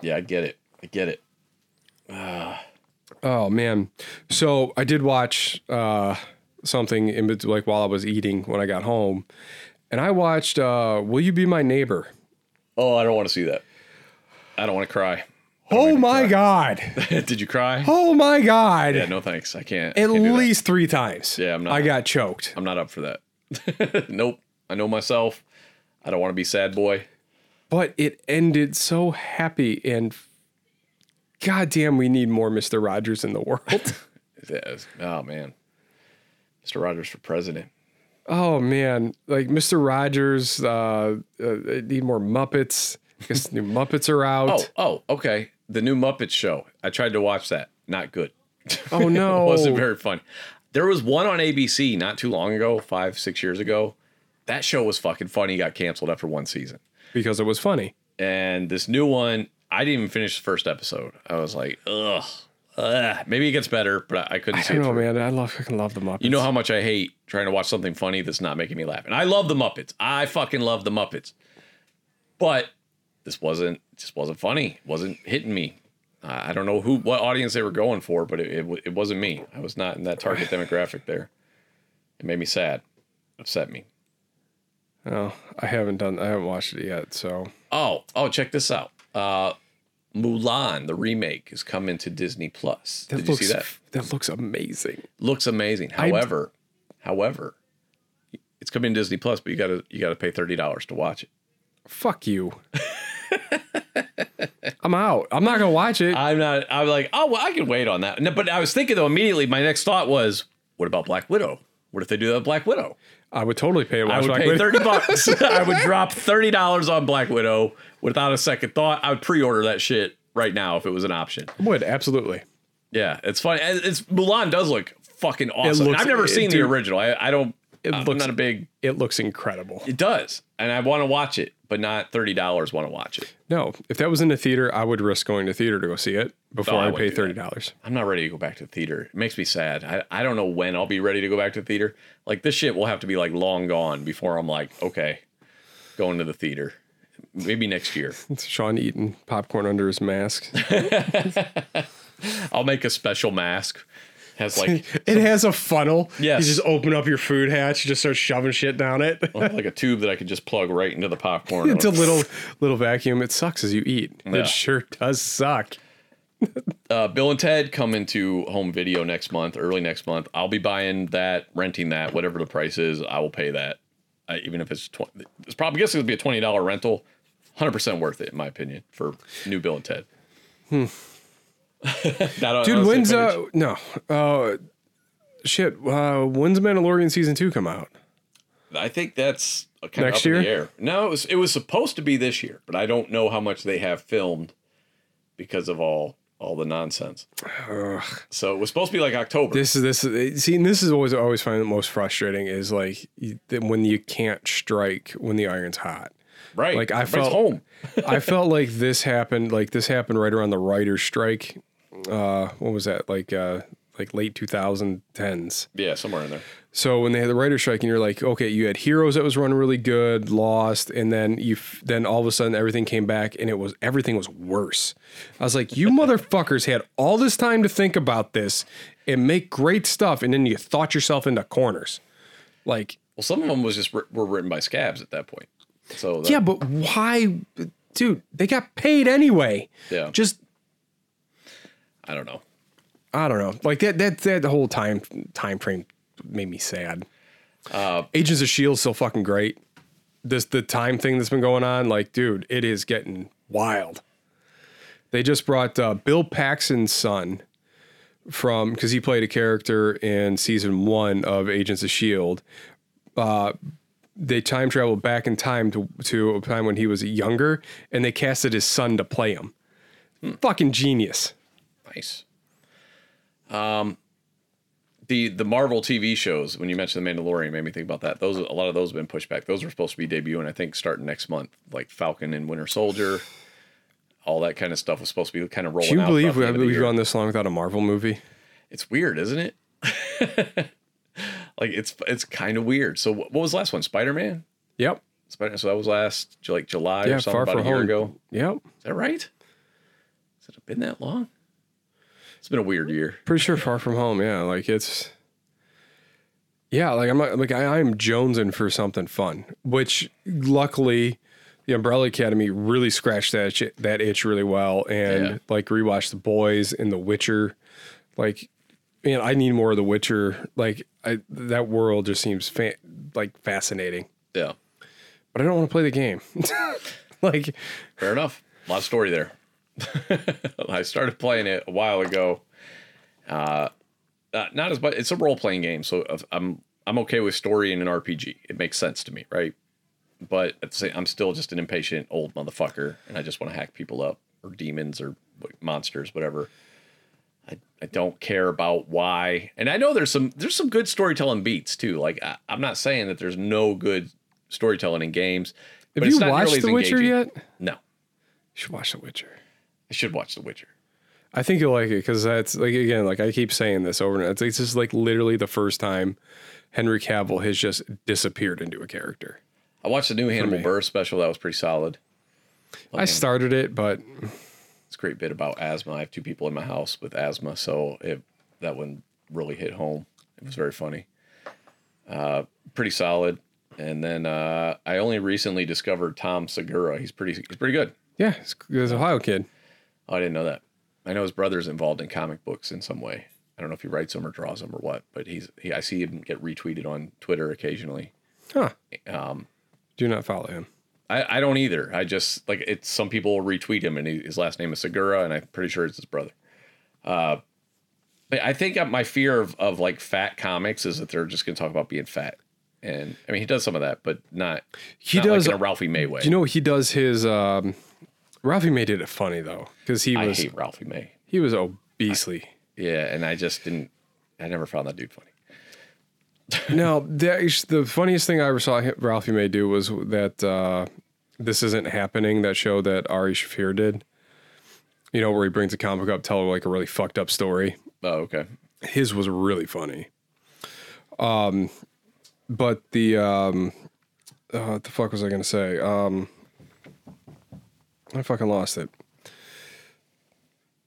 A: Yeah, I get it. I get it.
B: Oh man! So I did watch uh, something in bet- like while I was eating when I got home, and I watched uh, "Will You Be My Neighbor."
A: Oh, I don't want to see that. I don't want to cry.
B: Oh my god!
A: Did you cry?
B: Oh my god!
A: Yeah, no thanks. I can't.
B: At
A: I can't do that.
B: least three times.
A: Yeah, I'm not-
B: I got choked.
A: I'm not up for that. nope. I know myself. I don't want to be sad boy.
B: But it ended so happy, and goddamn, we need more Mister Rogers in the world.
A: Yes. Oh man. Mr. Rogers for president.
B: Oh man, like Mr. Rogers, uh, uh need more Muppets. I guess new Muppets are
A: Oh,
B: out.
A: oh, okay. The new Muppet show. I tried to watch that. Not good.
B: Oh, no.
A: it wasn't very fun. There was one on ABC not too long ago, five, six years ago. That show was fucking funny. Got canceled after one season.
B: because it was funny.
A: and this new one i didn't even finish the first episode i was like ugh, ugh. maybe it gets better but i, I couldn't
B: I
A: see it
B: don't know,
A: through.
B: man. I love fucking love the Muppets.
A: you know how much i hate trying to watch something funny that's not making me laugh and i love the muppets i fucking love the muppets but this wasn't just wasn't funny it wasn't hitting me i I don't know who what audience they were going for but it, it, wa- it wasn't me i was not in that target demographic there it made me sad upset me
B: Oh, I haven't done. I haven't watched it yet. So
A: oh oh check this out uh Mulan, the remake, is coming to Disney Plus. Did you
B: looks
A: see that?
B: that looks amazing.
A: looks amazing. However, however, it's coming to Disney Plus, but you gotta you gotta pay thirty dollars to watch it.
B: Fuck you. I'm out. I'm not gonna watch it.
A: I'm not. I'm like, oh well, I can wait on that. No, but I was thinking though immediately. My next thought was, what about Black Widow? What if they do that with Black Widow?
B: I would totally pay. to
A: I
B: watch
A: would
B: Black
A: pay
B: Widow.
A: thirty bucks. I would drop thirty dollars on Black Widow without a second thought. I would pre-order that shit right now if it was an option.
B: Would absolutely.
A: Yeah, it's funny. And It's Mulan does look fucking awesome.
B: looks-
A: I've never
B: it-
A: seen the
B: dude,
A: original. I, I don't.
B: it
A: I'm
B: looks-
A: not a big
B: It looks incredible.
A: It does, and I want to watch it, but not thirty dollars. Want to watch it?
B: No, if that was in a theater, I would risk going to theater to go see it before
A: No, I
B: I, pay
A: wouldn't do
B: thirty
A: that.
B: dollars.
A: I'm not ready to go back to the theater. It makes me sad. I, I don't know when I'll be ready to go back to the theater. Like this shit will have to be like long gone before I'm like okay, going to the theater. Maybe next year.
B: Sean eating popcorn under his mask.
A: I'll make a special mask. Has like
B: It has a funnel.
A: Yes.
B: You just open up your food hatch, you just start shoving shit down it.
A: like a tube that I could just plug right into the popcorn.
B: it's a little little vacuum. It sucks as you eat.
A: Yeah.
B: It sure does suck.
A: uh, Bill and Ted come into home video next month, early next month. I'll be buying that, renting that, whatever the price is. I will pay that, I, even if it's twenty. It's probably I guess it'll be a twenty dollar rental. Hundred percent worth it, in my opinion, for new Bill and Ted. Hmm.
B: Dude, when's uh no. Uh shit, uh when's Mandalorian season two come out?
A: I think that's kind
B: Next
A: of up in the
B: year?
A: air. No, it was it was supposed to be this year, but I don't know how much they have filmed because of all all the nonsense. So it was supposed to be like October.
B: This is this is see, and this is always I always find the most frustrating is like you- that when you can't strike when the iron's hot.
A: right.
B: like, I
A: Everybody's
B: felt-
A: home.
B: I felt like this happened like this happened right around the writer's strike. Uh, what was that like? Uh, like late 2010s.
A: Yeah, somewhere in there.
B: So when they had the writer's strike, and you're like, okay, you had Heroes that was running really good, Lost, and then you f- then all of a sudden everything came back, and it was everything was worse. I was like, you motherfuckers had all this time to think about this and make great stuff, and then you thought yourself into corners. Like,
A: Well, some of them was just wr- were written by scabs at that point. So that,
B: yeah, but why, dude? They got paid anyway.
A: Yeah.
B: Just
A: I don't know.
B: I don't know. Like that that that whole time time frame made me sad. Agents of Shield still fucking great. This the time thing that's been going on. Like, dude, it is getting wild. They just brought uh, Bill Paxton's son from because he played a character in season one of Agents of Shield. Uh, they time traveled back in time to to a time when he was younger, and they casted his son to play him. Fucking genius.
A: Nice. Um, the the Marvel TV shows when you mentioned the Mandalorian made me think about that. Those a lot of those have been pushed back. Those were supposed to be debuting, I think, starting next month, like Falcon and Winter Soldier. All that kind of stuff was supposed to be kind of rolling.
B: Do you
A: out
B: believe
A: throughout the
B: we,
A: end of the
B: we've
A: year.
B: gone this long without a Marvel movie?
A: It's weird, isn't it? like it's it's kind of weird. So what what was the last one? Spider Man.
B: Yep.
A: Spider. So that was last Ju- like July
B: Yeah,
A: or something
B: Far
A: about a
B: From
A: year
B: Home.
A: ago.
B: Yep.
A: Is that right? Has it been that long? It's been a weird year.
B: Pretty sure Far From Home. Yeah. Like it's. Yeah, like I'm not like I, I'm jonesing for something fun, which luckily, the Umbrella Academy really scratched that shit, that itch really well, and
A: Yeah.
B: like rewatched The Boys and The Witcher. Like, man, I need more of The Witcher. Like, I, that world just seems fa- like fascinating,
A: Yeah.
B: but I don't want to play the game. like,
A: Fair enough. A lot of story there. I started playing it a while ago. Uh, uh, not as much. It's a role playing game, so if- I'm I'm okay with story in an RPG. It makes sense to me, right? But at the same, I'm still just an impatient old motherfucker, and I just want to hack people up or demons or like, monsters, whatever. I, I don't care about why, and I know there's some there's some good storytelling beats too. Like I, I'm not saying that there's no good storytelling in games.
B: have
A: but it's
B: you
A: not nearly
B: watched
A: as
B: The Witcher
A: engaging.
B: yet? You
A: No.
B: should watch The Witcher.
A: I should watch The Witcher.
B: I think you'll like it because that's like again, like I keep saying this over and over. This is like literally the first time Henry Cavill has just disappeared into a character.
A: I watched the new Hannibal
B: me.
A: Burr special. That was pretty solid.
B: I started it, but
A: It's a great bit about asthma. I have two people in my house with asthma, so it that one really hit home. It was very funny. Uh, pretty solid. And then uh, I only recently discovered Tom Segura. He's pretty he's pretty good.
B: yeah, it's, it's an Ohio kid.
A: Oh, I didn't know that. I know his brother's involved in comic books in some way. I don't know if he writes them or draws them or what, but he's he, I see him get retweeted on Twitter occasionally.
B: Huh. Do not follow him.
A: I, I don't either. I just like it's some people retweet him and he, his last name is Segura and I'm pretty sure it's his brother. Uh, but I think my fear of, of like fat comics is that they're just going to talk about being fat. And I mean, he does some of that, but not
B: He
A: not
B: does. uh,
A: like in a Ralphie May way.
B: you know, he does his. um Ralphie made it funny though because he
A: I
B: was
A: hate Ralphie May.
B: he was obesely.
A: Yeah, and I just didn't. I never found that dude funny.
B: No, the, the funniest thing I ever saw Ralphie May do was that uh, this isn't happening. That show that Ari Shafir did, you know, where he brings a comic up, tell like a really fucked up story.
A: Oh, okay.
B: His was really funny. Um, but the um, uh, what the fuck was I gonna say? Um, I fucking lost it.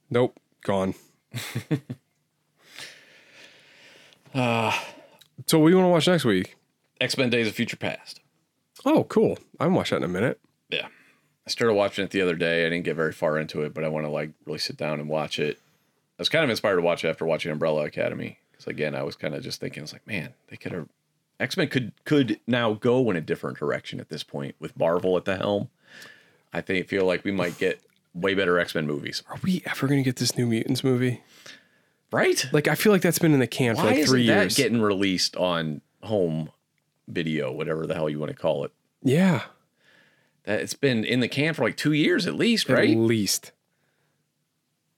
B: Nope, gone. so what do you want to watch next week?
A: X Men Days of Future Past.
B: Oh, cool. I can watch that in a minute.
A: Yeah. I started watching it the other day. I didn't get very far into it, but I want to like really sit down and watch it. I was kind of inspired to watch it after watching Umbrella Academy because again, I was kind of just thinking, it's like, man, they could have X Men could could now go in a different direction at this point with Marvel at the helm. I think feel like we might get way better X Men movies,
B: Are we ever gonna get this New Mutants movie?
A: right?
B: Like, I feel like that's been in the can
A: Why
B: for like
A: isn't
B: three
A: that
B: years.
A: getting released on home video, whatever the hell you want to call it.
B: Yeah.
A: That it's been in the can for like two years at least, right?
B: At least.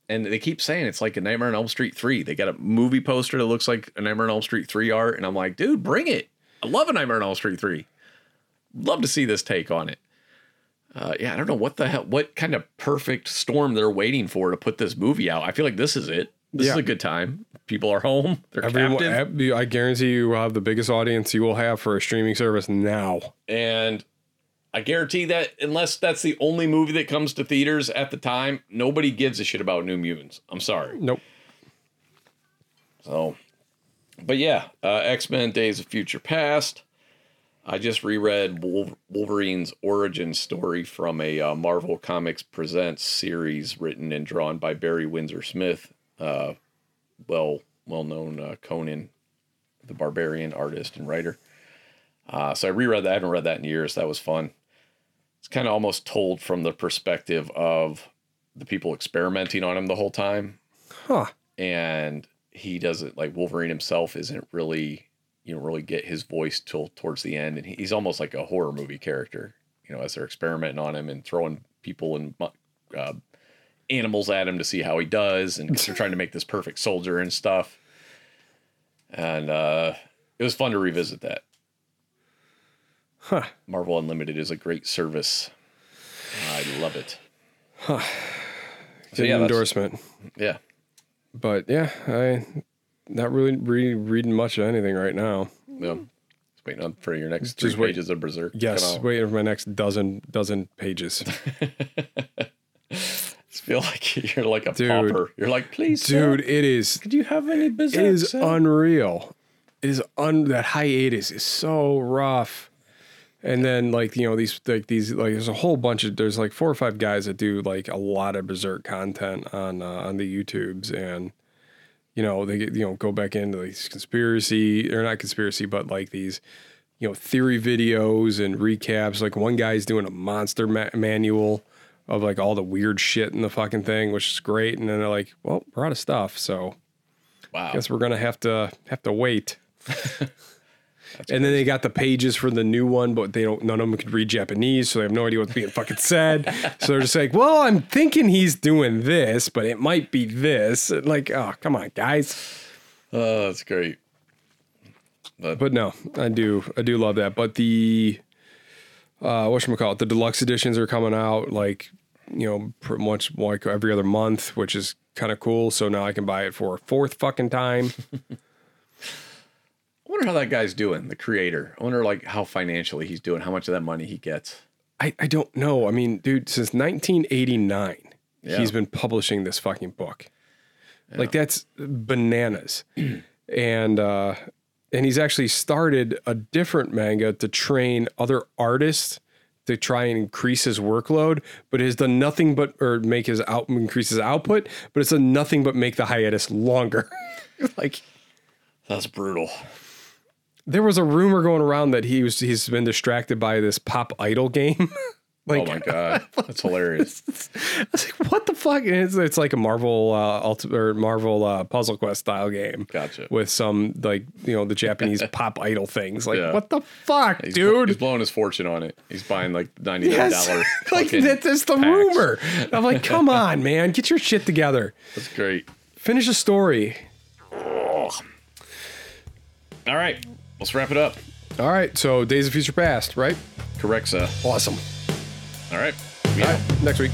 A: and they keep saying it's like a Nightmare on Elm Street 3. They got a movie poster that looks like a Nightmare on Elm Street 3 art, and I'm like, dude, bring it. I love a Nightmare on Elm Street 3. Love to see this take on it. Uh, yeah, I don't know what the hell, what kind of perfect storm they're waiting for to put this movie out. I feel like this is it. This is
B: Yeah.
A: a good time. People are home. They're
B: Everyone,
A: captive.
B: ev- I guarantee you will have the biggest audience you will have for a streaming service now.
A: And I guarantee that unless that's the only movie that comes to theaters at the time, nobody gives a shit about New Mutants. I'm sorry.
B: Nope.
A: So, but yeah, uh, X Men Days of Future Past. I just reread Wolver- Wolverine's origin story from a uh, Marvel Comics Presents series written and drawn by Barry Windsor Smith, uh, well well known uh, Conan the Barbarian artist and writer. Uh, so I reread that. I haven't read that in years. That was fun. It's kind of almost told from the perspective of the people experimenting on him the whole time
B: Huh.
A: and he doesn't like Wolverine himself isn't really you know really get his voice till towards the end, and he- he's almost like a horror movie character, you know, as they're experimenting on him and throwing people and mu- uh, animals at him to see how he does, and 'cause they're trying to make this perfect soldier and stuff. And uh, it was fun to revisit that.
B: Huh.
A: Marvel Unlimited is a great service. I love it.
B: Good
A: yeah, that's-
B: endorsement.
A: Yeah.
B: But yeah, I not really re- reading much of anything right now.
A: Yeah. Just waiting on for your next three
B: Just wait.
A: pages of Berserk. to come
B: Yes,
A: out.
B: waiting for my next dozen dozen pages.
A: I feel like you're like a
B: Dude.
A: pauper. You're like, please,
B: Dude, it is
A: do you have any business?
B: it is unreal. It is un that hiatus is so rough. And then like you know these like these like there's a whole bunch of there's like four or five guys that do like a lot of berserk content on uh, on the YouTubes and you know they get you know go back into these conspiracy or not conspiracy but like these you know theory videos and recaps like one guy's doing a monster ma- manual of like all the weird shit in the fucking thing which is great and then they're like well we're out of stuff so
A: wow.
B: guess we're gonna have to have to wait. and then they got the pages for the new one, but they don't. None of them could read Japanese, so they have no idea what's being fucking said. So they're just like, "Well, I'm thinking he's doing this, but it might be this." And Like, oh, come on, guys.
A: Oh, that's great.
B: But no, I do, I do love that. But the uh, what call it? The deluxe editions are coming out, like you know, pretty much like every other month, which is kind of cool. So now I can buy it for a fourth fucking time.
A: I wonder how that guy's doing, the creator. I wonder like how financially he's doing, how much of that money he gets.
B: I, I don't know. I mean, dude, since 1989,
A: Yeah.
B: he's been publishing this fucking book. Like that's bananas. and uh and he's actually started a different manga to train other artists to try and increase his workload, but has done nothing but or make his out increase his output, but it's done nothing but make the hiatus longer. like
A: That's brutal.
B: there was a rumor going around that he was he's been distracted by this pop idol game. like
A: Oh my god, that's hilarious.
B: I was like, "What the fuck?" And it's, it's like a Marvel, uh, ulti- or Marvel uh, Puzzle Quest style game.
A: Gotcha.
B: With some like you know the Japanese pop idol things. Like,
A: Yeah.
B: what the fuck,
A: He's blo-
B: dude?
A: he's blowing his fortune on it. He's buying like ninety nine
B: Yes.
A: dollar.
B: like that, that's the rumor. I'm like, come on, man, get your shit together.
A: That's great.
B: Finish the story.
A: All right, let's wrap it up.
B: All right, so Days of Future Past, right?
A: Correct, sir.
B: Awesome.
A: All right.
B: All right, next week.